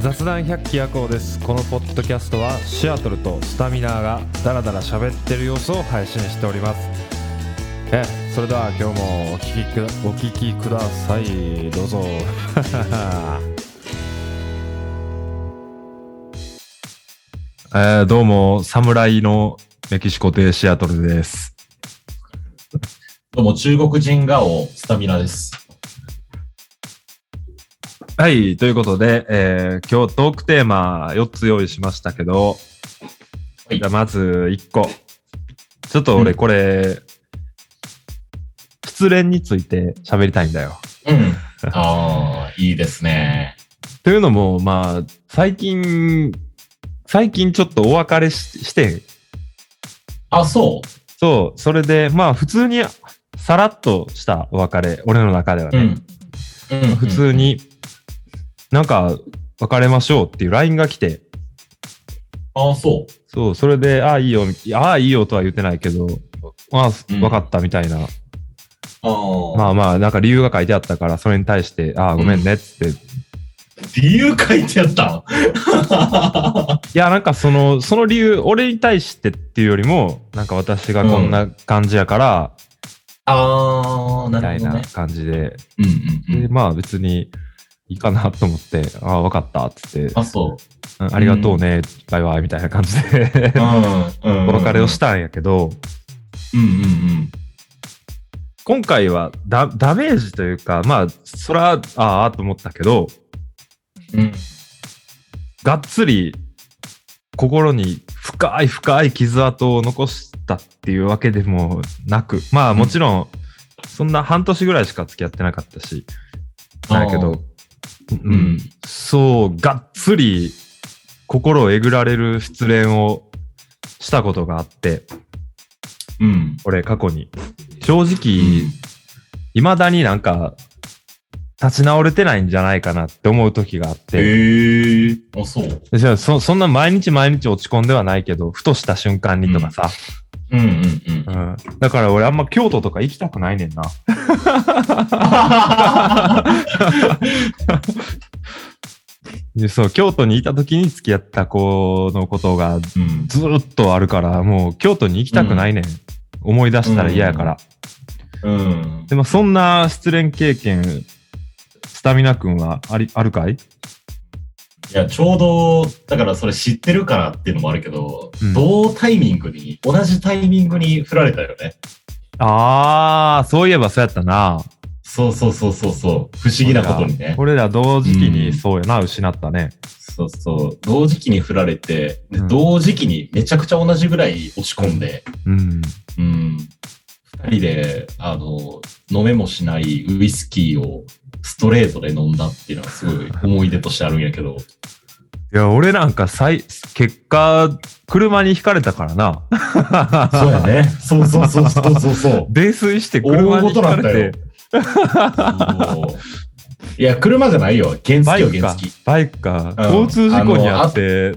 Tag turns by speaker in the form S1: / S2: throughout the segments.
S1: 雑談百鬼夜行ですこのポッドキャストはシアトルとスタミナーがダラダラ喋ってる様子を配信しておりますえそれでは今日もお聞きくだお聞きくださいどうぞ
S2: えー、どうも、侍のメキシコ亭シアトルです。
S3: どうも、中国人顔、スタミナです。
S2: はい、ということで、えー今日トークテーマ4つ用意しましたけど、
S3: はい
S2: じゃあまず1個。ちょっと俺これ、失恋について喋りたいんだよ。
S3: うん。ああ、いいですね。
S2: というのも、まあ、最近、最近ちょっとお別れしして、
S3: あ、そ
S2: そう、それで、まあ普通にさらっとしたお別れ、俺の中では
S3: う。
S2: ね。
S3: うん。うん、
S2: 普通に、なんか、別れましょうっていう LINE が来て、
S3: うん。あそ
S2: そう、それで、ああ、いいよ、ああ、いいよとは言ってないけど、ああ、
S3: うん
S2: 分かったみたいな、
S3: う。ああ。
S2: まあまあ、なんか理由が書いてあったから、それに対して、ああ、ごめんねっつって、い
S3: 理由書いてあった。
S2: や、なんかその、その理由、俺に対してっていうよりも、なんか私がこんな感じやから、
S3: ああ、
S2: み
S3: な
S2: た
S3: る
S2: い
S3: ほど
S2: な
S3: ね。
S2: 感じで、
S3: うんうんう
S2: で
S3: ん。
S2: まあ別に、いいかなと思って、ああ、分かったっつって、
S3: あ、そう。
S2: うんありがとうね、バイバイみたいな感じで
S3: う、ん。うん。。
S2: お別れをしたたんやけど、
S3: うんうん
S2: 今回はダダメージというか、まあ、そら、ああ、と思ったけど、
S3: うん。うん。
S2: がっつり心に深い深い傷跡を残したっていうわけでもなく、まあもちろん、そんな半年ぐらいしか付き合ってなかったし、だけど、う
S3: うんん、。
S2: そう、がっつり心をえぐられる失恋をしたことがあって、
S3: うん。
S2: 俺過去に。正
S3: う
S2: 直、
S3: ん
S2: 未だになんか、立ち直れてないんじゃないかなって思う時があって、
S3: へえ。あ、そう。
S2: じゃあそそんな毎日毎日落ち込んではないけど、ふとした瞬間にとかさ、
S3: うん うんうん。
S2: うんだから俺あんま京都とか行きたくないねんな。でそう、京都にいた時に付き合った子のことが
S3: うん。
S2: ずーっとあるから、もう京都に行きたくないねん。思い出したら嫌やから。
S3: うん。
S2: でもそんな失恋経験、スタミナ君はありあるかい
S3: いや、ちょうど、だからそれ知ってるからっていうのもあるけど、
S2: うん
S3: 同タイミングに、同じタイミングに振られたよね。
S2: あー、そういえばそうやったな。
S3: そうそうそうそうそう。不思議なことにね。
S2: 俺ら同時期
S3: う
S2: に
S3: ん
S2: そうやな、失ったね。
S3: そうそう。同時期に振られて、で
S2: うん
S3: 同時期にめちゃくちゃ同じぐらい落ち込んで、
S2: うん。
S3: うん。二人で、あの、飲めもしないウイスキーをストレートで飲んだっていうのはすごい思い出としてあるんやけ
S2: い
S3: ど。
S2: や、俺なんか最、結果、車にひかれたから な。
S3: そうやね。そうそうそうそうそうそう。
S2: 泥酔して
S3: 大
S2: 車にひ
S3: 事な
S2: か
S3: ん
S2: れ
S3: だよ
S2: て、。
S3: いや、車じゃないよ。原
S2: バ
S3: 付よ、
S2: イク
S3: 原
S2: か
S3: 付。、
S2: バイクか、
S3: うん
S2: 交通事故にあって、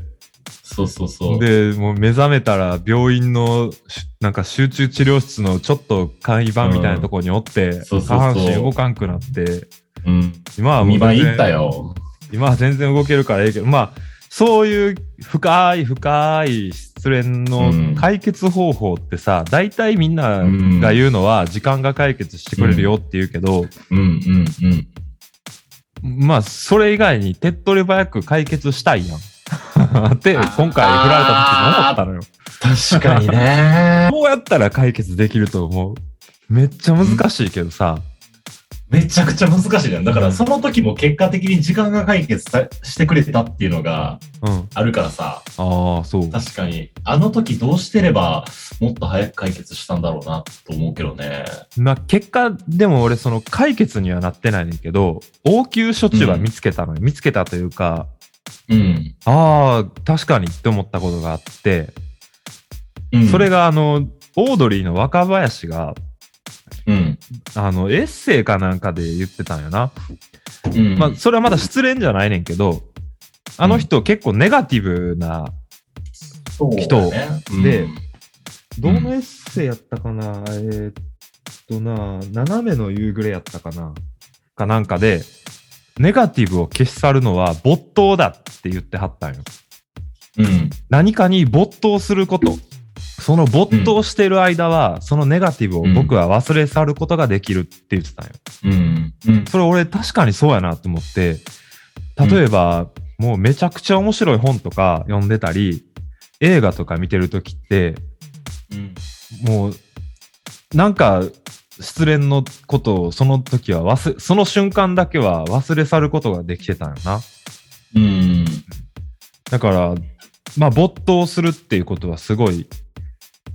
S3: そうそうそう。
S2: で、もう目覚めたら病院のし、なんか集中治療室のちょっと簡易版みたいなところにおって、
S3: そうそうそう
S2: 下半身動かんくなって、
S3: うん。
S2: 今はもう全
S3: 2番
S2: 然
S3: 行ったよ。
S2: 今は全然動けるからええけど、まあ、そういう深い深い失恋
S3: うん
S2: の解決方法ってさ、大体みんな
S3: うん
S2: が言うのは時間が解決してくれるよって言うけど、
S3: うんうんうん。
S2: まあ、それ以外に手っ取り早く解決したいやん。 って、今回振ら
S3: あー
S2: れた時に思ったのよ。
S3: 確かにね。
S2: どうやったら解決できると思うめっちゃ難しいけどさ、
S3: めちゃくちゃ難しいじゃん。だか
S2: う
S3: ら、
S2: ん
S3: その時も結果的に時間が解決さしてくれたっていうのが
S2: うん。
S3: あるからさ、
S2: ああ、そう。
S3: 確かに、あの時どうしてれば、もっと早く解決したんだろうなと思うけどね。
S2: まあ、結果、でも俺、その解決にはなってないねんけど、応急処置は見つけたのよ。見つけたというか、
S3: うん。
S2: ああ、確かにって思ったことがあって、
S3: うん、
S2: それがあの、オードリーの若林が、
S3: うん、
S2: あの、エッセイかなんかで言ってたんよな。
S3: うん。
S2: まあ、それはまだ失恋じゃないねんけど、あの人結構ネガティブな、
S3: そうだね
S2: 人で
S3: うん
S2: どのエッセイやったかな、えーっとな、斜めの夕暮れやったかなかなんかで、ネガティブを消し去るのは没頭だって言ってはったんよ。
S3: うん。
S2: 何かに没頭すること。その没頭してる間は、そのネガティブを僕は忘れ去ることができるって言ってたんよ。
S3: うん。うん。
S2: それ俺確かにそうやなと思って、例えば、もうめちゃくちゃ面白い本とか読んでたり、映画とか見てるときって、
S3: うん。
S2: もう、なんか、失恋のことをその時は忘れ、その瞬間だけは忘れ去ることができてたんよな。
S3: うん。
S2: だから、まあ、没頭するっていうことはすごい、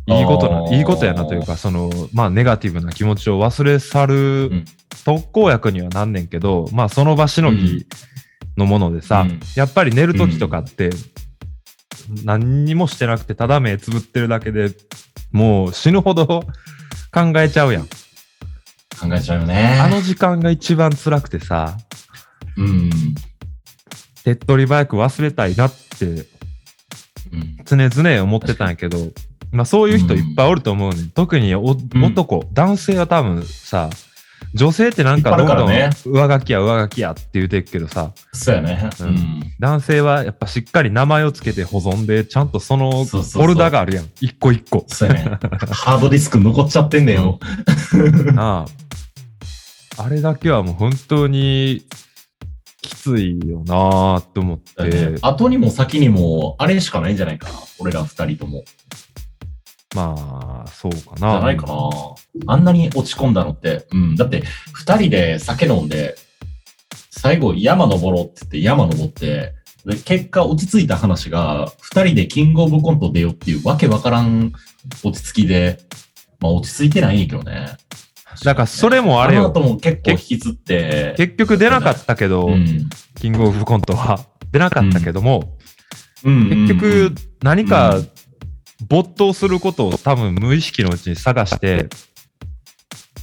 S2: いいこと
S3: あ
S2: な、
S3: ー
S2: いいことやなというか、その、まあ、ネガティブな気持ちを忘れ去
S3: う
S2: る
S3: ん
S2: 特効薬にはなんねんけど、まあ、その場しのぎのものでさ、
S3: うん
S2: やっぱり寝るときとかって、何にもしてなくて、ただ目つぶってるだけでもう死ぬほど考えちゃうやん。
S3: 考えちゃうよね。
S2: あの時間が一番辛くてさ、
S3: うん。
S2: 手っ取り早く忘れたいなって
S3: うん。
S2: 常々思ってたんやけど、まあそういう人いっぱいおると思うね、ん、特にお
S3: ん
S2: 男、男性は多分さ、女性ってなんか
S3: い
S2: ど
S3: っ
S2: ん
S3: ぱいあ
S2: ど
S3: る
S2: ん
S3: からね
S2: 上書きや上書きやって言うてるけどさ、
S3: そうやね。
S2: う
S3: うんん。
S2: 男性はやっぱしっかり名前をつけて保存で、ちゃんとそのフ
S3: そうそうそう。
S2: ォルダがあるやん。一個一個
S3: そうやね。ハードディスク残っちゃってんだ よ。
S2: なあ。あれだけはもう本当にきついよなあと思って、
S3: 後にも先にも、あれしかないんじゃないかな。俺ら二人とも。
S2: まあ、そうかな。
S3: じゃないかな。あんなに落ち込んだのって。うん。だって、二人で酒飲んで、最後山登ろうって言って山登って、で、結果落ち着いた話が、二人でキングオブコント出ようっていうわけわからん落ち着きで、まあ落ち着いてないんやけどね。
S2: だからそれもあれ
S3: あ
S2: よ
S3: の後も結構引きずって、
S2: 結局出なかったけど、
S3: うん
S2: キングオブコントは出なかったけども、
S3: うんうんうん
S2: 結局何
S3: う
S2: か
S3: ん
S2: 没頭することを多分無意識のうちに探して、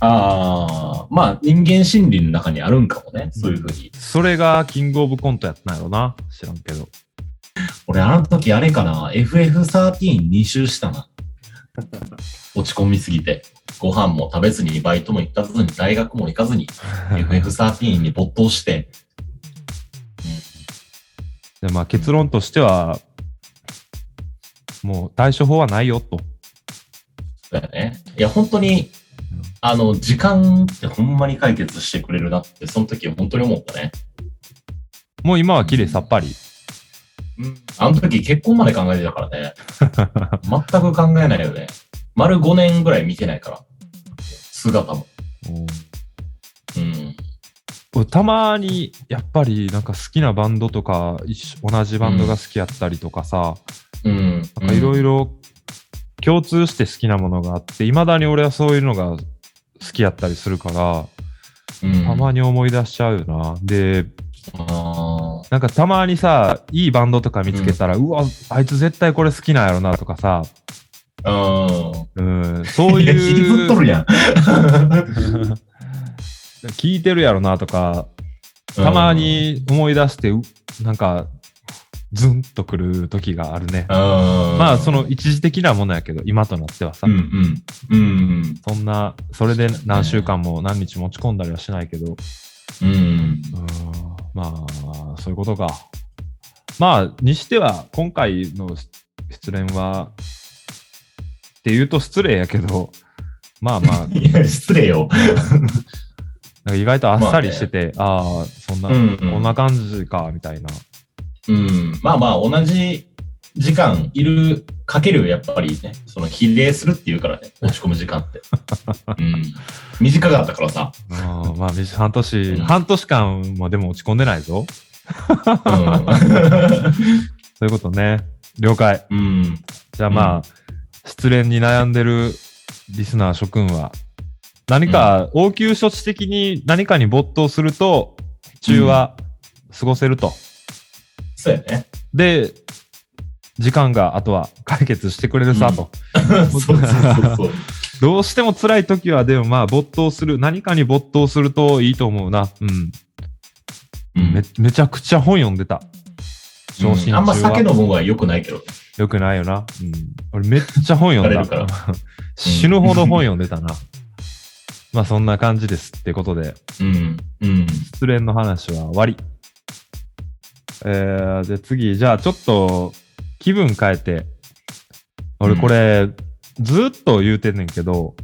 S3: ああ、まあ人間心理の中にあるんかもね、そういうふうに。
S2: それがキングオブコントやったんやろな。知らんけど。
S3: 俺、あの時あれかな、FF132 周した な。落ち込みすぎて。ご飯も食べずに、バイトも行かずに、大学も行かずに、FF13 に没頭して。
S2: でまあ結論としては、もう対処法はないよと。
S3: だよね。いや、本当に
S2: うん、
S3: あの、時間ってほんまに解決してくれるなって、その時本当に思ったね。
S2: もう今は綺麗さっぱり。
S3: うんあの時結婚まで考えてたからね。全く考えないよね。丸5年ぐらい見てないから。姿も。うん。
S2: うんたまにやっぱりなんか好きなバンドとか一緒同じバンドが好きやったりとかさ、
S3: うん。
S2: なんかいろ
S3: い
S2: いろ共通して好きなものがあって、いまだに俺はそういうのが好きやったりするから、
S3: ろ
S2: たまに思い出しちゃうよな。で、
S3: あ
S2: なんかたまにさ、いいバンドとか見つけたら、うわ、あいつ絶対これ好きなんやろなとかさ、
S3: あ。うん。
S2: うん、そう
S3: い や、
S2: い
S3: 引きずっと
S2: う、
S3: るやん。
S2: 聞いてるやろなとか、たまに思い出して、うなんか、ズンとくる時があるね
S3: うん。。ま
S2: まあ、その、一時的なものやけど、今となってはさ
S3: うん。うん。うん。
S2: そんな、それで何週間も何日持ち込んだりはしないけど、
S3: うん。
S2: うーんまあ、そういうことか。まあ、にしては、今回の失恋は、って言うと失礼やけど、まあま あ、
S3: いや、失礼よ。
S2: なんか意外とあっさりしてて、あ、あ、そんな、
S3: うんうん
S2: こんな感じか、みたいな。
S3: うん。まあまあ、同じ時間いる、かける、やっぱりね、その、比例するっていうか らね、落ち込む時間って。うん。短かったからさ。
S2: あまあ、み半年、
S3: うん
S2: 半年間もでも落ち込んでないぞ。
S3: う
S2: そういうことね。了解。
S3: ん。 うん。
S2: じゃあまあ、
S3: うん
S2: 失恋に悩んでるリスナー諸君は、何か応急処置的に何かに没頭すると、中は過ごせると。
S3: そうや ね。
S2: で、時間があとは解決してくれるさ
S3: うん
S2: と。
S3: そうそうそうそう。
S2: どうしても辛い時は、でもまあ没頭する、何かに没頭するといいと思うな。うん。
S3: うん
S2: めめちゃくちゃ本読んでた。昇進中
S3: うん
S2: は
S3: あんま酒飲むのは良くないけど。
S2: よくないよな。うん。俺めっちゃ本読ん
S3: 疲れ
S2: だ。
S3: るから
S2: 死ぬほど本読んでたな。 まあそんな感じですってことで、
S3: うん、うん。
S2: 失恋の話は終わり。えー、で次、じゃあちょっと気分変えて、俺これ、ずーっと言うてんねんけど、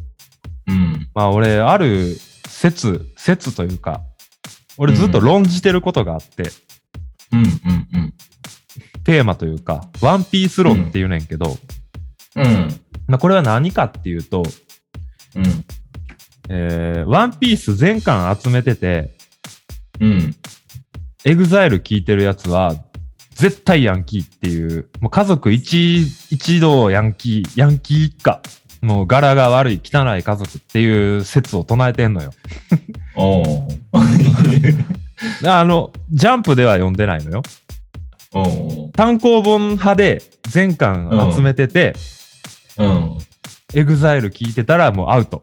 S3: うん。
S2: まあ俺、ある説、説というか、俺ずっと論じてることがあって、
S3: うん。うん。うん。
S2: テーマというか、ワンピース論っていうねんけど、
S3: うん。
S2: まあこれは何かっていうと、
S3: うん。
S2: えー、ワンピース全巻集めてて、
S3: うん。
S2: エグザイル聞いてるやつは、絶対ヤンキーっていう、もう家族一、一同ヤンキー、ヤンキー一家、もう柄が悪い汚い家族っていう説を唱えてんのよ。
S3: おう。
S2: であの、ジャンプでは読んでないのよ。
S3: おう。
S2: 単行本派で全巻集めてて、
S3: うん。
S2: エグザイル聞いてたらもうアウト。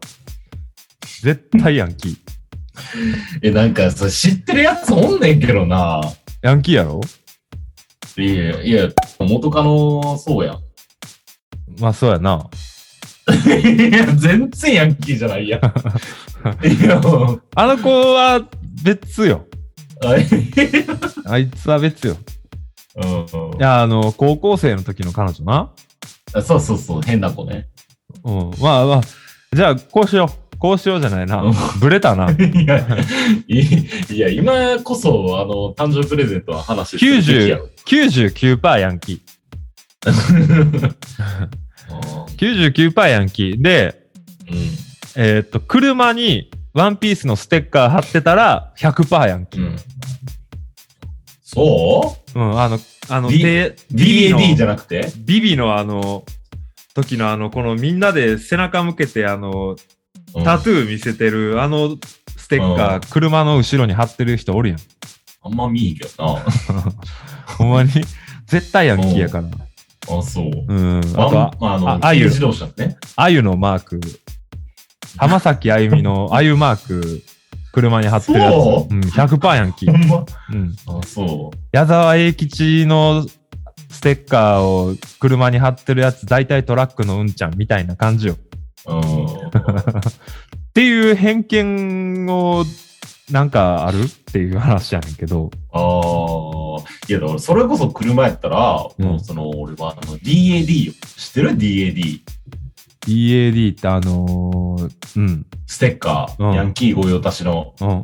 S2: 絶対ヤンキー。
S3: え、なんか、それ知ってるやつおんねんけどな。
S2: ヤンキーやろ
S3: いや、いや、元カノ、そうやん。
S2: まあそうやな。
S3: いや、全然ヤンキーじゃないやん。いや、もう
S2: あの子は別よ。
S3: あい
S2: あいつは別よ。
S3: うん
S2: いや、あの、高校生の時の彼女な。
S3: あそうそうそう、変な子ね。
S2: うん。まあまあ、じゃあ、こうしよう。こうしようじゃないな
S3: うん。
S2: ブレた な。
S3: いや、いいや今こそ、あの、誕生日プレゼントは話してる時やろ。
S2: 99%ヤンキー。99%ヤンキー。で、えーっと、車にワンピースのステッカー貼ってたら100%ヤンキ
S3: うん。う
S2: ー。
S3: ん。そ
S2: うん、あの、あの、
S3: ビ
S2: で
S3: う ?DAD じ
S2: の、
S3: ゃなくて
S2: ビビのあの、時のあの、このみんなで背中向けてあの、
S3: うん
S2: タトゥー見せてるあのステッカ
S3: うん
S2: ー、車の後ろに貼ってる人おるやん。
S3: あんま見えへんけど な。
S2: ほんまに。 絶対ヤンキーやから。
S3: あ、そう。
S2: うん。あと
S3: あ
S2: は、
S3: あ
S2: あ
S3: の、
S2: あ
S3: 軽
S2: ゆ
S3: 自動車ね。
S2: あゆのマーク。浜崎あゆみ のあゆマーク、車に貼ってるやつ。
S3: そ
S2: うん、100%ヤンキ
S3: ほ
S2: ー。
S3: んま
S2: うん。
S3: あ、そう。
S2: 矢沢永吉のステッカーを車に貼ってるやつ、大体トラックのうんちゃんみたいな感じよ。
S3: うん。
S2: っていう偏見を、なんかあるっていう話やねんけど。
S3: ああ、いや、だからそれこそ車やったら、
S2: うん
S3: もうその、俺はあの DAD よ。知ってる ?DAD。
S2: EAD ってあのー、うん、
S3: ステッカー、
S2: うん
S3: ヤンキー御用達の。
S2: うん、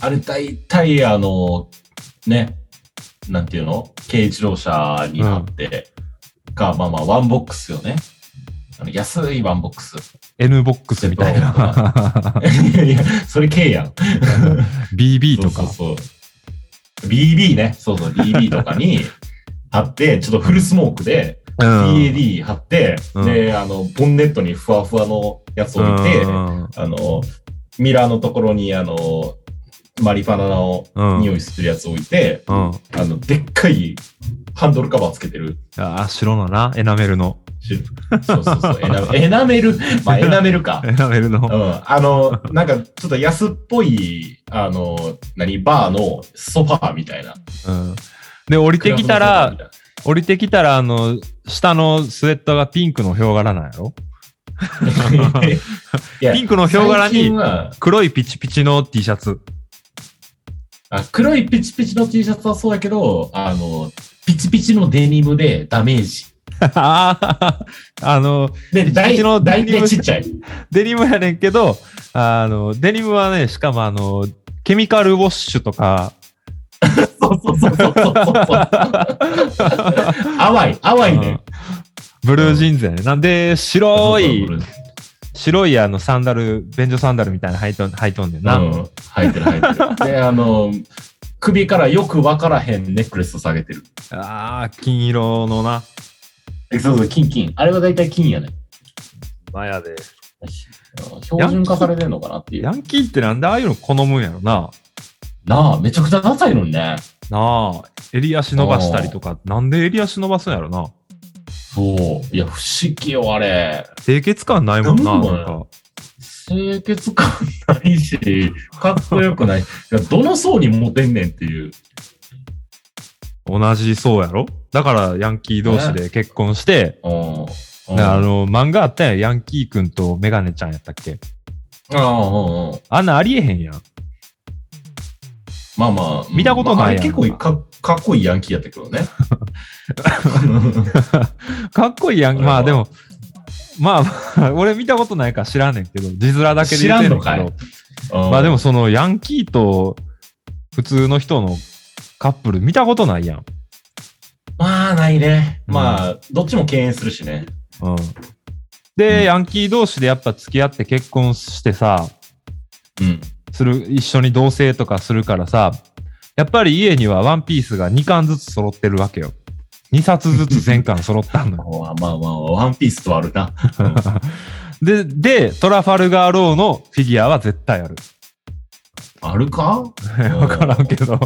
S3: あれ、大体、あの、ね、なんていうの軽自動車になって、か、まあまあ、ワンボックスよね。あの安いワンボックス。
S2: N ボックスみたいな。
S3: いやいや、それ K やん。
S2: BB とか。
S3: そうそうそう。BB ね。そうそう、BB とかに 貼って、ちょっとフルスモークで、
S2: うん
S3: PAD 貼って、
S2: うん
S3: で、あの、ボンネットにふわふわのやつを置いて、あ
S2: うん
S3: の、ミラーのところに、あの、マリファナの
S2: うん
S3: 匂いするやつ置いて、
S2: うん。
S3: あの、でっかいハンドルカバーつけてる。
S2: あー白のな、エナメルの。
S3: しそうそ うそう、エナエナメル、まあ、エナメルか。
S2: エナメル
S3: う
S2: の。
S3: ん、あの、なんか、ちょっと安っぽい、あの、何、バーのソファーみたいな。
S2: うん。で、降りてきた
S3: ク
S2: ら、
S3: ラ
S2: 降りてきたら、あの、下のスウェットがピンクのヒョウ柄なんやろ
S3: スのソファーみたいないや
S2: ピンクのヒョウ柄
S3: 最近
S2: に
S3: は
S2: 黒いピチピチの T シャツ。
S3: あ黒いピチピチの T シャツはそうやけど、あの、ピチピチのデニムでダメージ。
S2: ああ、あの、
S3: で、大
S2: ピチのデニ
S3: 大
S2: ム
S3: 体ちっちゃい。
S2: デニムやねんけど、あの、デニムはね、しかもあの、ケミカルウォッシュとか、
S3: そうそうそうそうそうそう。淡い、淡いね。
S2: ブルージーンズやね。なんで、白い、白いあのサンダル、便所サンダルみたいなの履いとん履いとんねんな。
S3: うん、入ってる入ってる。で、あの、首からよくわからへんネックレスを下げてる。
S2: ああ、金色のな。
S3: えそうそう、金金。あれは大体金やね。
S2: マヤで。
S3: 標準化されてんのかなってい
S2: ヤ
S3: う。
S2: ンキーってなんでああいうの好むんやろな。
S3: なあ、めちゃくちゃダサいのにね。
S2: なあ、襟足伸ばしたりとか、なんで襟足伸ばすんやろな。
S3: そう。いや、不思議よ、あれ。
S2: 清潔感ないもんな。
S3: なんだ
S2: な
S3: ろうん
S2: か
S3: 清潔感ないし、かっこよくない。いやどの層にモテんねんっていう。
S2: 同じそうやろだからヤンキー同士で結婚して、
S3: うん。うん
S2: あの、漫画あったやん。ヤンキーくんとメガネちゃんやったっけ
S3: ああ、うんうん。
S2: あんなありえへんや ん。
S3: まあまあ。
S2: 見たことないやん
S3: まああれ結構かかっこいいヤンキーやったけどね。
S2: かっこいいやん。
S3: それは
S2: まあでも、まあまあ、 俺見たことないから知らんねんけど、字面だけで言ってんねん
S3: 知らんの
S2: けど、 まあで
S3: も。
S2: もそのヤンキーと普通の人のカップル見たことないやん。
S3: まあ、ないね。まあ、どっちも敬遠するしね。
S2: うん。で、
S3: うん
S2: ヤンキー同士でやっぱ付き合って結婚してさ、
S3: うん。
S2: する、一緒に同棲とかするからさ、やっぱり家にはワンピースが2巻ずつ揃ってるわけよ。2冊ずつ全巻揃ったのよ。
S3: まあまあまあ、ワンピースとあるな。
S2: で、で、トラファルガーローのフィギュアは絶対ある。
S3: あるか
S2: わからんけど。
S3: わ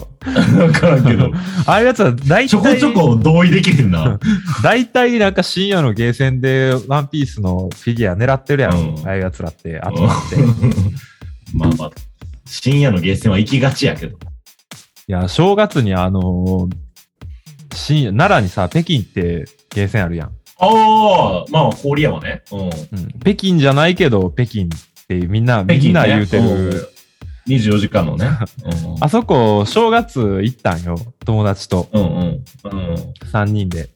S3: からんけど。
S2: ああいうやつは大
S3: ちょこち
S2: 体、
S3: ょこ同意できへんな。
S2: 大体なんか深夜のゲーセンでワンピースのフィギュア狙ってるやん。
S3: うん
S2: ああいうやつらって集ま
S3: うん
S2: って。い
S3: まあまあ、深夜のゲーセンは行きがちやけど。
S2: や、正月にあのー深夜、奈良にさ、北京ってゲーセンあるやん。
S3: ああ、まあ、郡山ね。うん。
S2: うん、北京じゃないけど、北京ってみんな、
S3: 北京ね
S2: みんな言うてる。。
S3: うん24時間 のね。うん
S2: あそこ、正月行ったんよ。友達と
S3: うんうん。うん
S2: 3人で。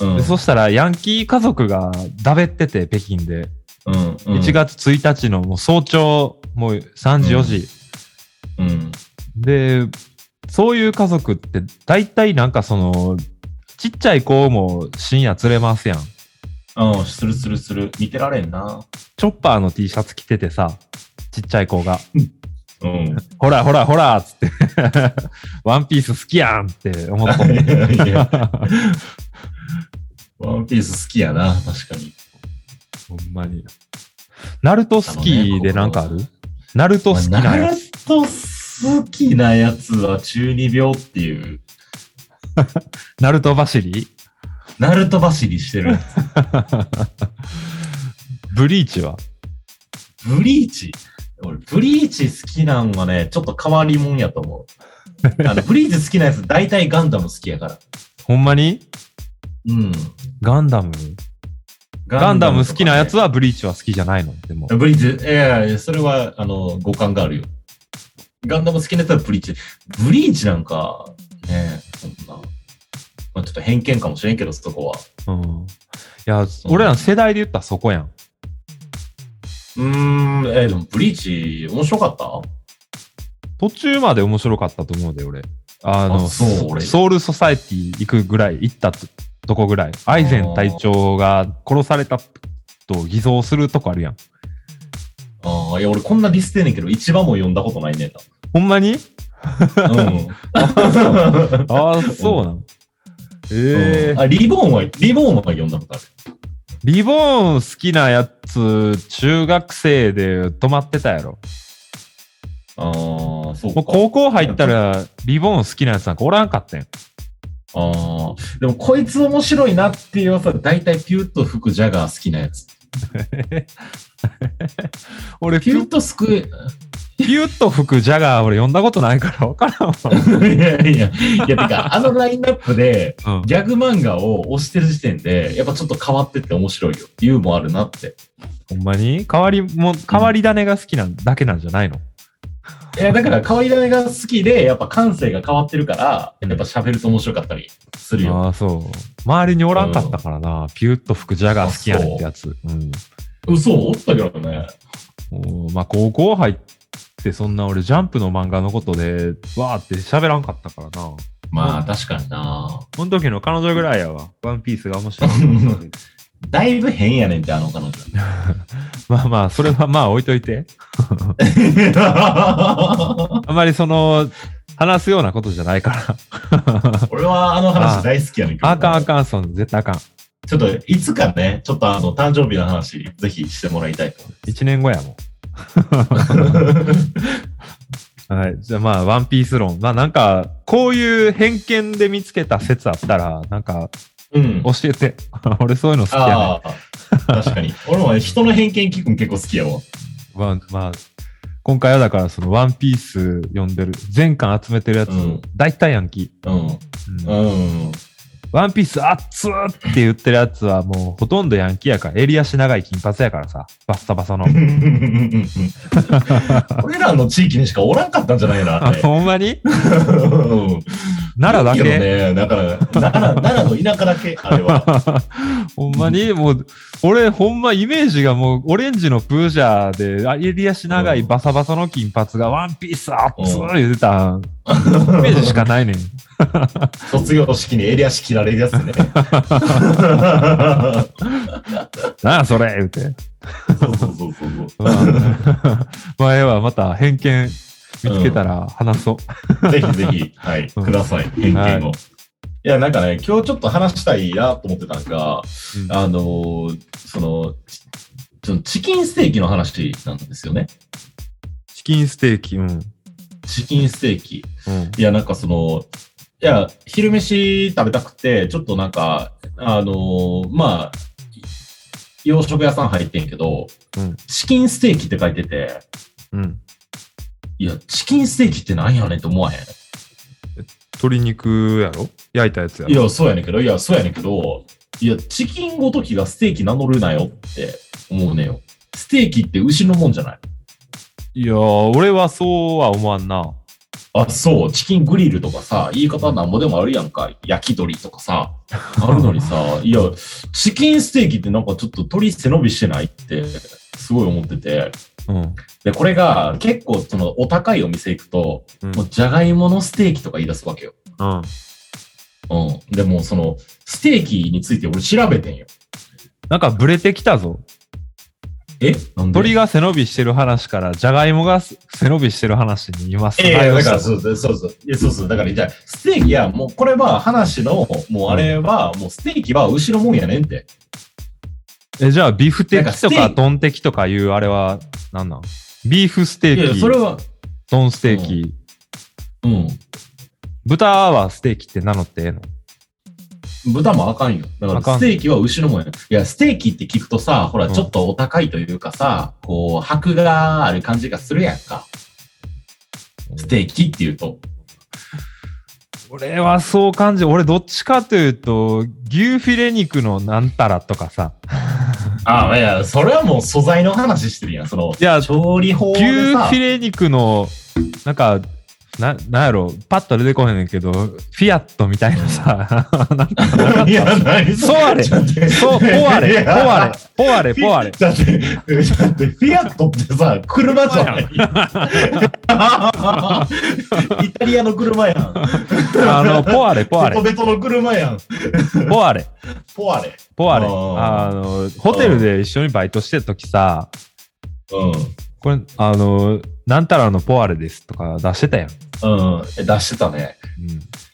S3: うん。
S2: でそしたら、ヤンキー家族がだべってて、北京で。
S3: うんうん。
S2: 1月1日のもう早朝、もう3時、4時。
S3: うん。
S2: で、そういう家族って、大体なんかその、ちっちゃい子も深夜連れますやん。
S3: うん。するするする。見てられんな。
S2: チョッパーの T シャツ着ててさ、ちっちゃい子が、
S3: うん。
S2: ほらほらほらっつって、 ワンピース好きやんって思っと ん
S3: いやワンピース好きやな、確かに。
S2: ほんまに。ナルト好きでなんかあるナルト好きな
S3: ナ
S2: や
S3: ル
S2: つ。
S3: ト好きなやつは中二病っていう、
S2: ナルト走り
S3: ナルト走りしてる。
S2: ブリーチは
S3: ブリーチ俺、ブリーチ好きなんはね、ちょっと変わりもんやと思う。 あの、ブリーチ好きなやつ、大体ガンダム好きやから。
S2: ほんまに
S3: うん。
S2: ガンダムガンダム好きなやつ
S3: は
S2: はブリーチは好きじゃないのでも。
S3: ブリーチ、いやいや、それは、あの、五感があるよ。ガンダム好きなやつはブリーチ。ブリーチなんか、ねそんな。まあ、ちょっと偏見かもしれんけど、そこは。
S2: うん。いや、俺らの世代で言ったらそこやん。
S3: うーん、えーでもブリーチ、面白かった
S2: 途中まで面白かったと思うで、俺。あの、
S3: あそう俺
S2: ソウルソサエティ行くぐらい、行ったととこぐらい。アイゼン隊長が殺されたと偽造するとこあるやん。
S3: ああ、いや、俺こんなディスってんねんけど、一番も読んだことないねん
S2: ほんまに
S3: な。 うん。
S2: ああ、そうなの。ええ
S3: あ、リボーンは、リボーンは読んだことある。
S2: リボーン好きなやつ、中学生で止まってたやろ。
S3: ああ、そうか
S2: もう高校入ったら、リボーン好きなやつなんかおらんかったん。
S3: ああ、でもこいつ面白いなっていうやつは、大体ピューッと吹くジャガー好きなやつ。
S2: 俺、ピ
S3: ピ
S2: ュ
S3: ュ
S2: ッ
S3: ーッとすくえ、
S2: ピュッと吹くジャガー俺読んだことないから分からんわ。
S3: いやいや、いや、てか、あのラインナップで、
S2: うん
S3: ギャグ漫画を推してる時点で、やっぱちょっと変わってて面白いよ。ユーモアあるなって。
S2: ほんまに変わりも、変わり種が好きなんだけなんじゃないの
S3: いや、だから、変わり種が好きで、やっぱ感性が変わってるから、やっぱ喋ると面白かったりするよ。
S2: ああ、そう。周りにおらんかったからな。ピュッと吹くジャガー好きやねんってやつ。うん。
S3: 嘘おったけどね。
S2: おーまあ、高校入って、そんな俺、ジャンプの漫画のことで、わーって喋らんかったからな。
S3: まあ、確かにな。
S2: この時の彼女ぐらいやわ。ワンピースが面白い。
S3: だいぶ変やねんって、あの彼女。
S2: まあまあ、それはまあ置いといて。あんまりその、話すようなことじゃないから。
S3: 俺はあの話大好きやねんけど
S2: あかんあかん、そん、絶対あかん。
S3: ちょっと、いつかね、ちょっとあの、誕生日の話、ぜひしてもらいたいと思い
S2: 1年後やもん。
S3: ます。
S2: はい。じゃあまあ、ワンピース論。まあなんか、こういう偏見で見つけた説あったら、なんか、
S3: うん
S2: 教。えて。 俺そういうの好きやね
S3: ああ、確かに。俺も人の偏見聞くの結構好きやわ。
S2: ん。まあ、まあ、今回はだから、そのワンピース読んでる、全巻集めてるやつ
S3: うん、
S2: 大体ヤンキ
S3: うん。
S2: ー。うん
S3: うん。
S2: ワンピース熱っって言ってるやつはもうほとんどヤンキーやから、襟足長い金髪やからさ、バッサバサの。
S3: 俺らの地域にしかおらんかったんじゃないな
S2: あ、
S3: って。
S2: ほんまに
S3: うん
S2: 奈良だ
S3: いいよ
S2: け、
S3: ね。だから、奈良奈良の田舎だけ、あれは。
S2: ほんまにもう、俺ほんまイメージがもうオレンジのプージャーで、あ襟足長いバサバサの金髪がワンピース熱っ言ってたイメージしか ないねん。
S3: 卒業式に襟足切られるやつ ね。
S2: なあ、それ言うて。
S3: そうそうそうそう。
S2: まあ前はまた偏見見つけたら話そう。
S3: ぜひぜひ、はい、
S2: うん
S3: ください、偏見
S2: は
S3: を。いや、なんかね、今日ちょっと話したいなと思ってたのが、
S2: うん
S3: あのーその、ちそのチキンステーキの話なんですよね。
S2: チキンステーキ、うん。うん。
S3: チキンステーキ。いや、なんかその、いや、昼飯食べたくて、ちょっとなんか、あのーまあ、洋食屋さん入ってんけど、
S2: うん
S3: チキンステーキって書いてて、
S2: うん。
S3: いや、チキンステーキってなんやねんって思わへん。
S2: 鶏肉やろ焼いたやつや
S3: い
S2: ろ
S3: や、そうやねんけど、いや、そうやねんけど、いや、チキンごときがステーキ名乗るなよって思うねんよ。ステーキって牛のもんじゃない
S2: いやー、俺はそうは思わんな。
S3: あ、そう、チキングリルとかさ、言い方なんぼでもあるやんか。焼き鳥とかさ、あるのにさ、いや、チキンステーキってなんかちょっと鳥背伸びしてないって、すごい思ってて。
S2: うん。
S3: で、これが結構そのお高いお店行くと、
S2: うん
S3: もうじゃがいものステーキとか言い出すわけよ。
S2: うん。
S3: うん。でもうその、ステーキについて俺調べてんよ。
S2: なんかブレてきたぞ。
S3: えなんで
S2: 鳥が背伸びしてる話から、じゃがいもが背伸びしてる話に今す
S3: いやいや、だから、
S2: そ
S3: そうそう、そうそう、いやそうそう、だから、じゃあ、ステーキや、もう、これは話の、もう、あれは、もう、ステーキは後ろもんやねんって。
S2: え、じゃあビフテキと
S3: なんかス
S2: か
S3: テーキ
S2: トンテキとかいうあれは何なんビーフステ
S3: い
S2: ー
S3: やいや、
S2: キ、
S3: それは、
S2: トンステーキ、
S3: うん、
S2: 豚はステーキって名乗ってええの
S3: 豚もあかんよ。だか
S2: あ
S3: ら、
S2: かん
S3: ステーキは後ろもんやねん。いや、ステーキって聞くとさ、ほら、
S2: うん
S3: ちょっとお高いというかさ、こう、箔がある感じがするやんか。ステーキっていうと。
S2: 俺はそう感じ、俺どっちかというと、牛フィレ肉のなんたらとかさ、
S3: ああ、いや、それはもう素材の話してるやん。その、
S2: いや
S3: 調理法
S2: 牛
S3: で
S2: フ
S3: さ
S2: ィ、レ肉の、なんか、な、なんやろ、パッと出てこへんねんけど、フィアットみたいなさ、 なんか、
S3: いや、何
S2: そうあれ
S3: ちょっと待って
S2: そう、ポワ
S3: い
S2: レ、
S3: や
S2: ポワレ、ポワレ、ポワ レ。
S3: だって、だって、フィアットってさ、車じゃない。 イタリアの車やん。
S2: あの、ポワレ、ポワ
S3: ポ
S2: レ、
S3: テトの車やん。
S2: ポワレ、
S3: ポアレ。
S2: ポワレ。
S3: あー
S2: あの、ホテルで一緒にバイトしてた時さ、
S3: う
S2: これ、あの、なんたらのポワレですとか出してたやん。
S3: ん。うん。え出してたね。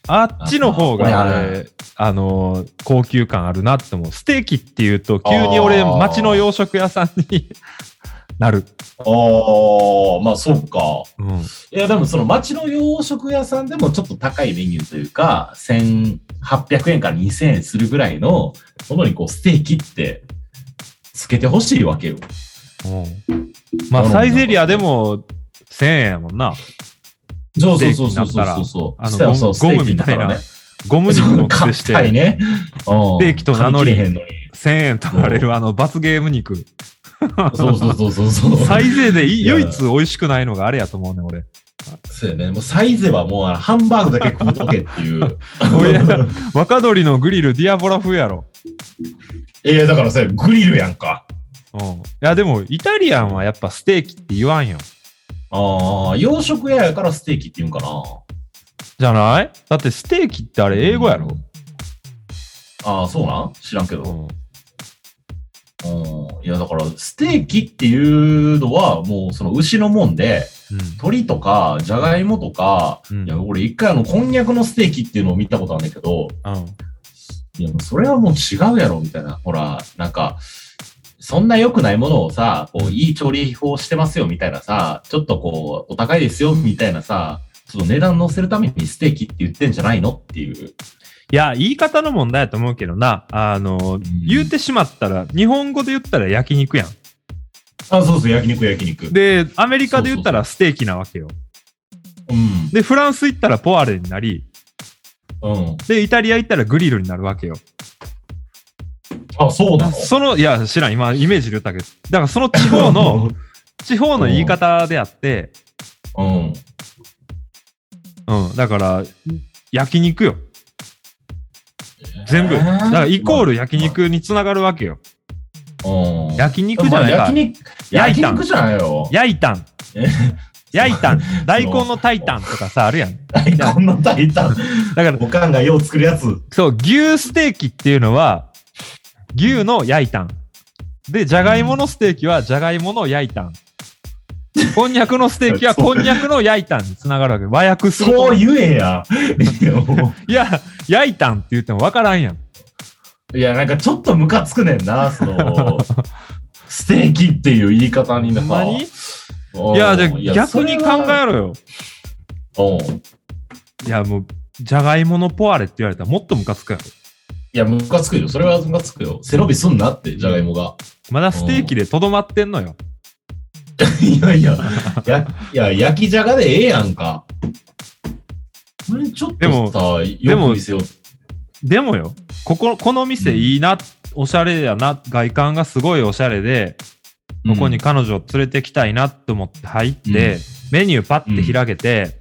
S2: あっちの方が
S3: あ
S2: 俺
S3: これ
S2: あ
S3: あ
S2: の高級感あるなって思うステーキっていうと急に俺
S3: あー
S2: 町の洋食屋さんに なる、
S3: ああ、まあそうか。
S2: うん、
S3: いや、でもその町の洋食屋さんでもちょっと高いメニューというか、1800円から2000円するぐらいのものにこう、ステーキってつけてほしいわけよ。
S2: うんまあサイゼリアでも1000円やもんな
S3: そうそうそうそうそうそう。
S2: あの
S3: そう
S2: ゴ
S3: そう
S2: ムゴムみたいなゴム肉
S3: そう
S2: のっ
S3: 硬
S2: て
S3: い
S2: して
S3: ね。ステ
S2: ーキと名乗り
S3: へんのに。
S2: 1000円取られるあの罰ゲーム肉
S3: そうそうそうそうそう。
S2: サイゼでい
S3: いや
S2: 唯一美味しくないのがあれやと思うね俺
S3: そうやね。もうサイゼはもうあのハンバーグだけ食うとけって いう。
S2: おいや若鶏のグリルディアボラ風やろ、
S3: いや、だからそれグリルやんか。
S2: うん、いやでもイタリアンはやっぱステーキって言わんよ
S3: ああ、洋食屋やからステーキって言うんかな。
S2: じゃないだってステーキってあれ英語やろ、
S3: ああ、そうなん知らんけど。
S2: うん
S3: うん。いや、だからステーキっていうのはもうその牛のもんで、鶏とかじゃがいもとか、
S2: うん
S3: いや、俺一回あの、こんにゃくのステーキっていうのを見たことあるんだけど、いや、もうそれはもう違うやろ、みたいな。ほら、なんか、そんな良くないものをさ、こう、いい調理法してますよ、みたいなさ、ちょっとこう、お高いですよ、みたいなさ、ちょっと値段乗せるためにステーキって言ってんじゃないのっていう。
S2: いや、言い方の問題やと思うけどな。あの、言うてしまったら、日本語で言ったら焼肉やん。
S3: あ、そうそう、焼肉、焼肉。
S2: で、アメリカで言ったらステーキなわけよ。
S3: うん。
S2: で、フランス行ったらポワレになり、
S3: うん。
S2: で、イタリア行ったらグリルになるわけよ。
S3: あ、そうなの
S2: その、いや、知らん、今、イメージで言ったけど。だからその地方の、地方の言い方であって、
S3: うん。
S2: うん、だから、焼肉よ。全部。
S3: え
S2: だ
S3: ー
S2: から、イコール焼肉につながるわけよ。
S3: うん。
S2: 焼肉じゃない
S3: まあ
S2: か
S3: 焼。肉、
S2: 焼
S3: 焼
S2: いたん
S3: 肉じゃないよ。
S2: 焼いたん
S3: え。
S2: 焼いたん。大根の炊いたんとかさ、あるやん。
S3: 大根の炊いた、
S2: だから、
S3: おかんがよう作るやつ。
S2: そう、牛ステーキっていうのは、牛の焼いたん。で、じゃがいものステーキは、じゃがいもの焼いたん。こんにゃくのステーキは、
S3: そう
S2: こんにゃくの焼いたんにつながるわけ。和訳すると
S3: そう言え や。いやも
S2: いや、焼いたんって言ってもわからんやん。
S3: ういや、なんかちょっとムカつくねんな、その、ステーキっていう言い方にな。
S2: ほんまに
S3: うん
S2: いや、じゃあ逆に考えろよ。
S3: ろ。うんい
S2: いや、もう、じゃがいものポワレって言われたらもっとムカつくやん。
S3: や、ムカつくよ。それはムカつくよ。背伸びすんなって、じゃがいもが。
S2: まだステーキでとどまってんのよ。
S3: いやいや、やいや焼きじゃがでええやんか。それちょっ
S2: でも
S3: とさ、
S2: で
S3: よ
S2: も
S3: く見せよう。
S2: でもよ、ここ、この店いいな、おしゃれやな、外観がすごいおしゃれで、ここに彼女を連れてきたいなと思って入って、
S3: うん
S2: メニューパッて開けて、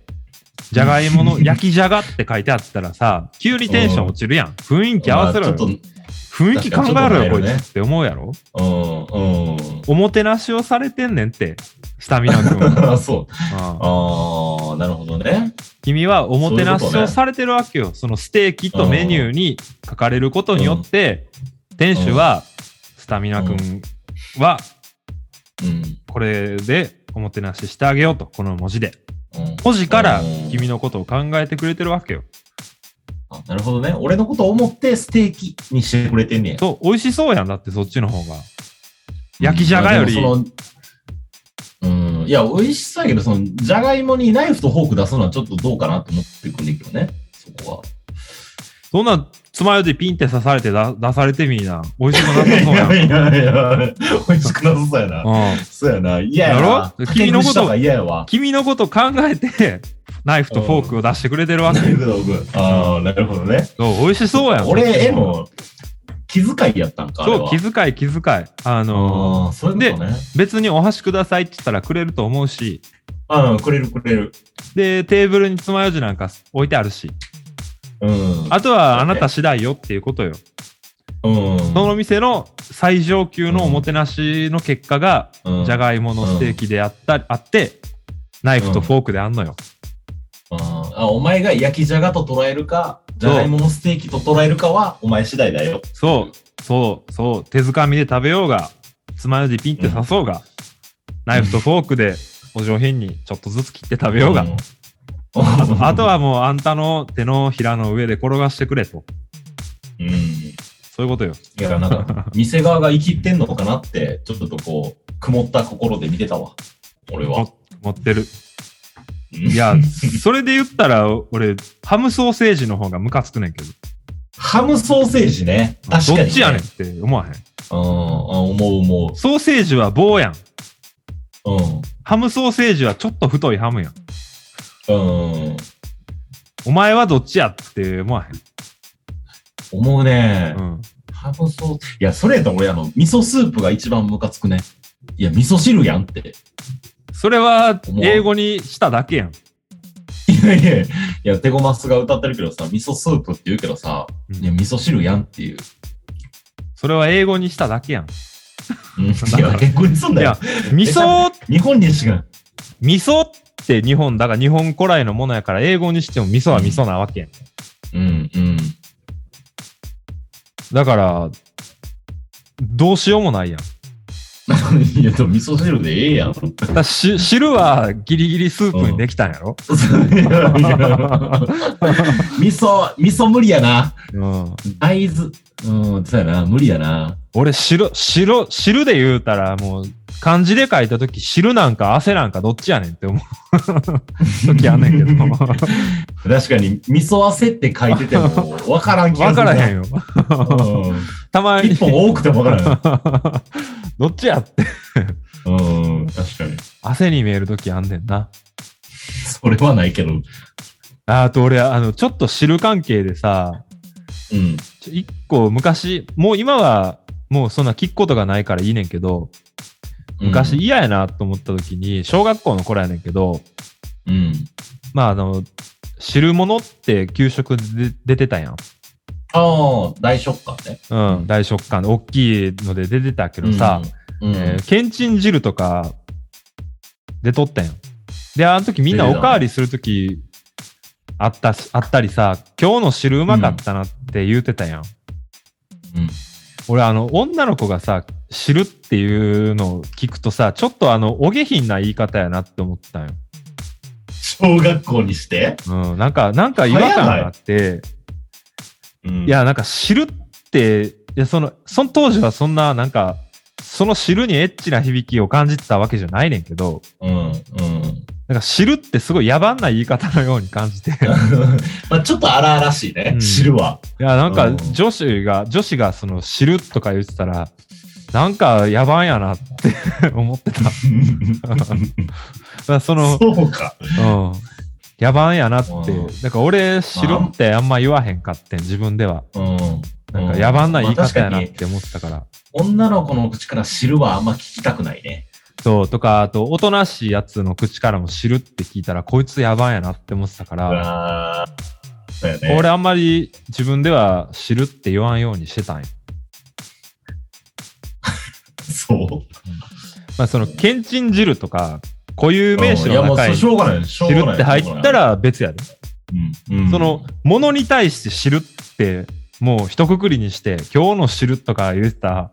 S2: じゃがいもの焼きじゃがって書いてあったらさ、急にテンション落ちるやん。雰囲気合わせろ
S3: まあちょ
S2: よ。
S3: っ
S2: 雰囲気考えろよ、
S3: 確かにちょっと
S2: こい
S3: 迷えるね
S2: つって思うやろ
S3: と、うん、うん。
S2: おもてなしをされてんねんって、スタミナ 君は。
S3: あそう。
S2: うん
S3: ああ、なるほどね。
S2: 君はおもてな
S3: そうい
S2: し
S3: うこと
S2: を
S3: ね
S2: されてるわけよ。そのステーキとメニューに書かれることによって、店主は、スタミナ君は、
S3: うん。
S2: これでおもてなししてあげようと、この文字で。
S3: うん
S2: 文字から
S3: うん
S2: 君のことを考えてくれてるわけよ。
S3: あなるほどね。俺のことを思ってステーキにしてくれてんねや。
S2: そう、美味しそうやんだって、そっちの方が。焼きじゃがより
S3: うんまあでもそのうん。いや、美味しそうやけど、その、じゃがいもにナイフとフォーク出すのはちょっとどうかなと思ってくんねんけどね。そこは。
S2: そんな、爪楊枝ピンって刺されてだ出されてみいな。美味しくなさそう やん。うん。
S3: いやいや、美味しくなさそうやな。そうやな。嫌やな。
S2: やろ君のこと
S3: 竹串か嫌や わ。
S2: 君のこと考えて、ナイフとフォークを出してくれてるわけ
S3: なるほど、僕。ああ、なるほどね。
S2: そう、美味しそうやん。
S3: 俺、
S2: え
S3: えも、気遣いやったんか。あれ
S2: そう、
S3: は
S2: 気遣い、気遣い。あの、
S3: あーそういうことね。
S2: 別にお箸くださいって言ったらくれると思うし、
S3: うん、くれるくれる。
S2: で、テーブルに爪楊枝なんか置いてあるし、
S3: うん。
S2: あとはあなた次第よっていうことよ。
S3: うん。
S2: その店の最上級のおもてなしの結果が、
S3: うん
S2: じゃがいものステーキであったり、あって、ナイフとフォークであんのよ。
S3: うんあ、お前が焼きじゃがと捉えるか、じゃがいものステーキと捉えるかは、お前次第だよ。
S2: そう、そう、そう、手づかみで食べようが、爪楊枝ピンって刺そうが、ナイフとフォークでお上品にちょっとずつ切って食べようが、
S3: ん。
S2: あとはもうあんたの手のひらの上で転がしてくれと。
S3: うん。い
S2: そういうことよ。
S3: や、な んか、店側が生きてんのかなって、ちょっとこう、曇った心で見てたわ。俺は。
S2: 持ってる。
S3: い
S2: い や、それで言ったら、俺、ハムソーセージの方がムカつくねんけど。
S3: ハムソーセージね。確かに、
S2: どっちやねんって思わへん。
S3: うん、あ思う思
S2: ソーセージは棒やん。
S3: う。うん。
S2: ハムソーセージはちょっと太いハムやん。
S3: うん。
S2: お前はどっちやって思わへ
S3: 思うね
S2: ん。う。ん。
S3: ハムソース。いや、それやったら俺、あの、味噌スープが一番ムカつくね。いや、味噌汁やんって。
S2: それは、英語にしただけやん。
S3: いやいや、いや、テゴマスが歌ってるけどさ、味噌スープって言うけどさ、
S2: うん
S3: いや、味噌汁やんっていう。
S2: それは英語にしただけやん。
S3: うん、いや、結婚すん
S2: い
S3: だ
S2: や
S3: よ。、
S2: 味噌、
S3: 日本にしか。
S2: 味噌って日本、だから日本古来のものやから、英語にしても味噌は味噌なわけやん。
S3: うん、うん。
S2: だから、どうしようもないやん。
S3: いや、でも味噌汁でええやん。
S2: だからし汁はギリギリスープにできたんやろ、
S3: いやいや味噌、味噌無理やな。
S2: うん、
S3: 大豆。うん、そうやな、無理やな。
S2: 俺汁、汁、汁で言うたらもう漢字で書いたとき汁なんか汗なんかどっちやねんって思う時あんねんけ ど。
S3: 確かに、味噌汗って書いてても、わからん気が
S2: わ
S3: す
S2: か
S3: るな。
S2: らへんよ。
S3: うん。
S2: たまに
S3: 一。 本多くてもわからへん。
S2: どっちやって
S3: うん、確かに。
S2: 汗に見えるときあんねんな。
S3: それはないけど、
S2: ああと俺、あの、ちょっと知る関係でさ、
S3: うん。
S2: ちょ一個昔、もう今は、もうそんな聞くことがないからいいねんけど、昔
S3: うん
S2: 嫌やなと思った時に、小学校の頃やねんけど、
S3: うん。
S2: まああの、汁物って給食で出てたやん。
S3: ああ、大食感ね。
S2: うん、大食感で、大きいので出てたけどさ、
S3: うん、うん
S2: えーけんちん汁とかでとったやん。で、あの時みんなおかわりする時あったし、あったりさ、今日の汁うまかったなって言うてたやん。
S3: うん
S2: 俺、あの、女の子がさ、汁っていうのを聞くとさ、ちょっとあの、お下品な言い方やなって思ったんよ。
S3: 小学校にして、
S2: うん、なんか、なんか違和感があって、
S3: うん
S2: い、や、なんか汁って、いや、その、その当時はそんな、なんか、その汁にエッチな響きを感じてたわけじゃないねんけど、
S3: うん、うん。
S2: なんか汁ってすごい野蛮な言い方のように感 じて、い
S3: まあちょっと荒々しいね
S2: う、ん
S3: 汁は。
S2: や、なん
S3: う
S2: か
S3: ん
S2: 女子が、女子がその汁とか言ってたら、なんか野蛮やなって思って た。だからその、
S3: そうか。
S2: うん。野蛮やなって
S3: うん。
S2: なんか俺、汁ってあんま言わへんかってん、自分では。
S3: うん。
S2: なんか野蛮な言い方や
S3: ま
S2: なっ
S3: あ確かに
S2: て思ってたから。
S3: 女の子の口から汁はあんま聞きたくないね。
S2: そう、とか、あと、おとなしいやつの口からも知るって聞いたら、こいつやばいやなって思ってたか
S3: う
S2: ら、
S3: わーそうやね。
S2: 俺あんまり自分では知るって言わんようにしてたんよ。
S3: そう。
S2: まあ、その、けんちん汁とか、固有名詞
S3: いや
S2: の
S3: もう
S2: 中に
S3: し
S2: 知
S3: ょうがない。しょう
S2: る
S3: がない。
S2: って入ったら別やで。
S3: うん、うん
S2: その、ものに対して知るって、もう一括りにして、今日の知るとか言ってた、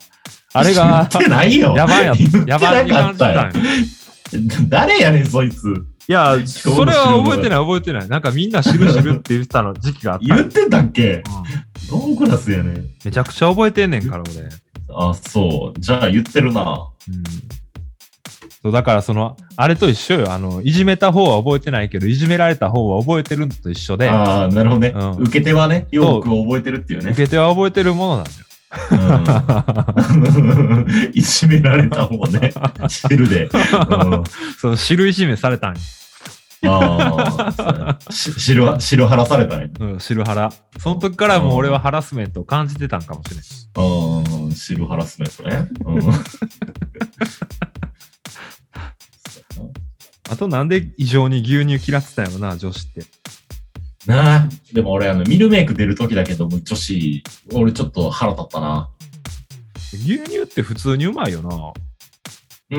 S2: あれ が、
S3: 言ってないよ。
S2: やばいやつ
S3: 言って、
S2: や
S3: な
S2: ばい
S3: か
S2: 感
S3: っ
S2: じた
S3: た
S2: ん
S3: よ
S2: よ。。
S3: 誰やねん、そいつ。
S2: いや、
S3: の汁
S2: それは覚えてない覚えてない。なんかみんな知る知るって言ってたの時期があったんよ。
S3: 言ってたっけ
S2: うん
S3: どのクラスやねん。
S2: めちゃくちゃ覚えてんねんから、俺。
S3: あ、そう。じゃあ言ってるな。
S2: そうだからそのあれと一緒よあのいじめた方は覚えてないけどいじめられた方は覚えてるのと一緒で
S3: ああ、なるほどね。
S2: うん
S3: 受け手はね、よく覚えてるっていうね
S2: 受。け手は覚えてるものなんだよ
S3: うん いじめられた方ね、知るで。うん
S2: その知るいじめされたんよ、
S3: ああそうや、し知るは、知るはらされたね。
S2: うん、知る腹その時からもう俺はハラスメントを感じてたんかもしれない
S3: うん、知るハラスメントね。うん そうや
S2: あとなんで異常に牛乳切らせたんやろな女子って
S3: ななあ、でも俺、あの、ミルメイク出る時だけど、女子、俺ちょっと腹立ったな。
S2: 牛乳って普通にうまいよな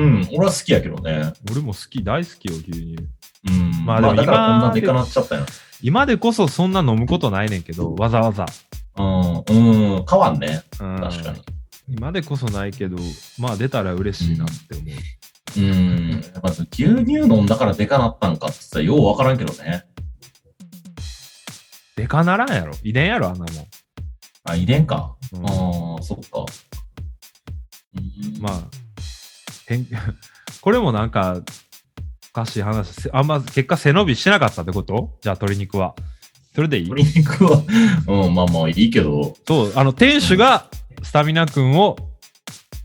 S3: うん、俺は好きやけどね。
S2: 俺も好き大好きよ牛乳
S3: うん、
S2: ま
S3: ま
S2: あ
S3: あ、
S2: でも
S3: だからこん
S2: 今
S3: なでかなっちゃったよ。
S2: 今でこそそんな飲むことないねんけどわざわざ、
S3: うん、うん、変わんね。
S2: うん、
S3: 確かに。
S2: 今でこそないけどまあ出たら嬉しいなって思う、
S3: うん。やっぱ牛乳飲んだからでかなったんかって言ったらようわからんけどね。
S2: でかならんやろ遺伝やろあんなもん
S3: あ、遺伝か。
S2: うん
S3: ああ、そっか。うん
S2: まあ変 これもなんかおかしい話せあんま結果背伸びしなかったってことじゃあ鶏肉はそれでいい
S3: 鶏肉は、うん、まあまあいいけど、
S2: そうあの店主がスタミナ君を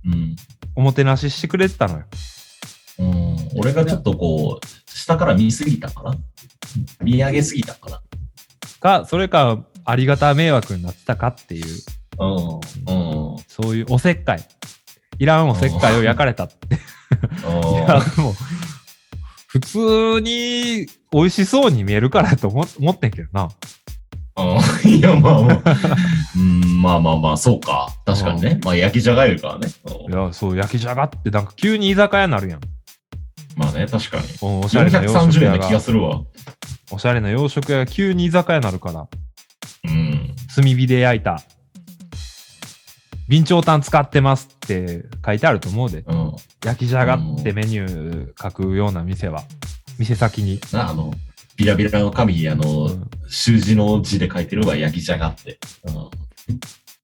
S3: うん。
S2: おもてなししてくれてたのよ
S3: うん、俺がちょっとこう、下から見すぎたかな見上げすぎたかな
S2: かそれかありがた迷惑になってたかっていう
S3: うん、うん、うん。
S2: そういうおせっかいいらんおせっかいを焼かれたっていやでも普通に美味しそうに見えるからと思思ってんけどな
S3: うんいや、まあまあ、うん、まあまあまあ、そうか。確かにね。まあ、焼きじゃがよりかはね。う
S2: い
S3: ん
S2: や、そう、焼きじゃがって、なんか急に居酒屋になるやん。
S3: まあね、確かに。
S2: おおしゃれな洋食
S3: 430
S2: 屋
S3: 円な気が
S2: が。
S3: するわ。
S2: おしゃれな洋食屋が急に居酒屋になるから、
S3: うん。
S2: 炭火で焼いた。備長炭使ってますって書いてあると思うで。
S3: うん。
S2: 焼きじゃがってメニュー書くような店は、店先に。
S3: な、あの、ビラビラの紙に、あ
S2: う
S3: の、
S2: ん
S3: 習字の字で書いてるわ、焼きじゃがって。うん。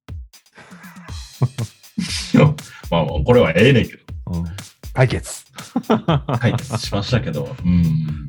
S3: いやまあまあ、これはええねんけど、
S2: うん解決。
S3: 解決しましたけど。うん。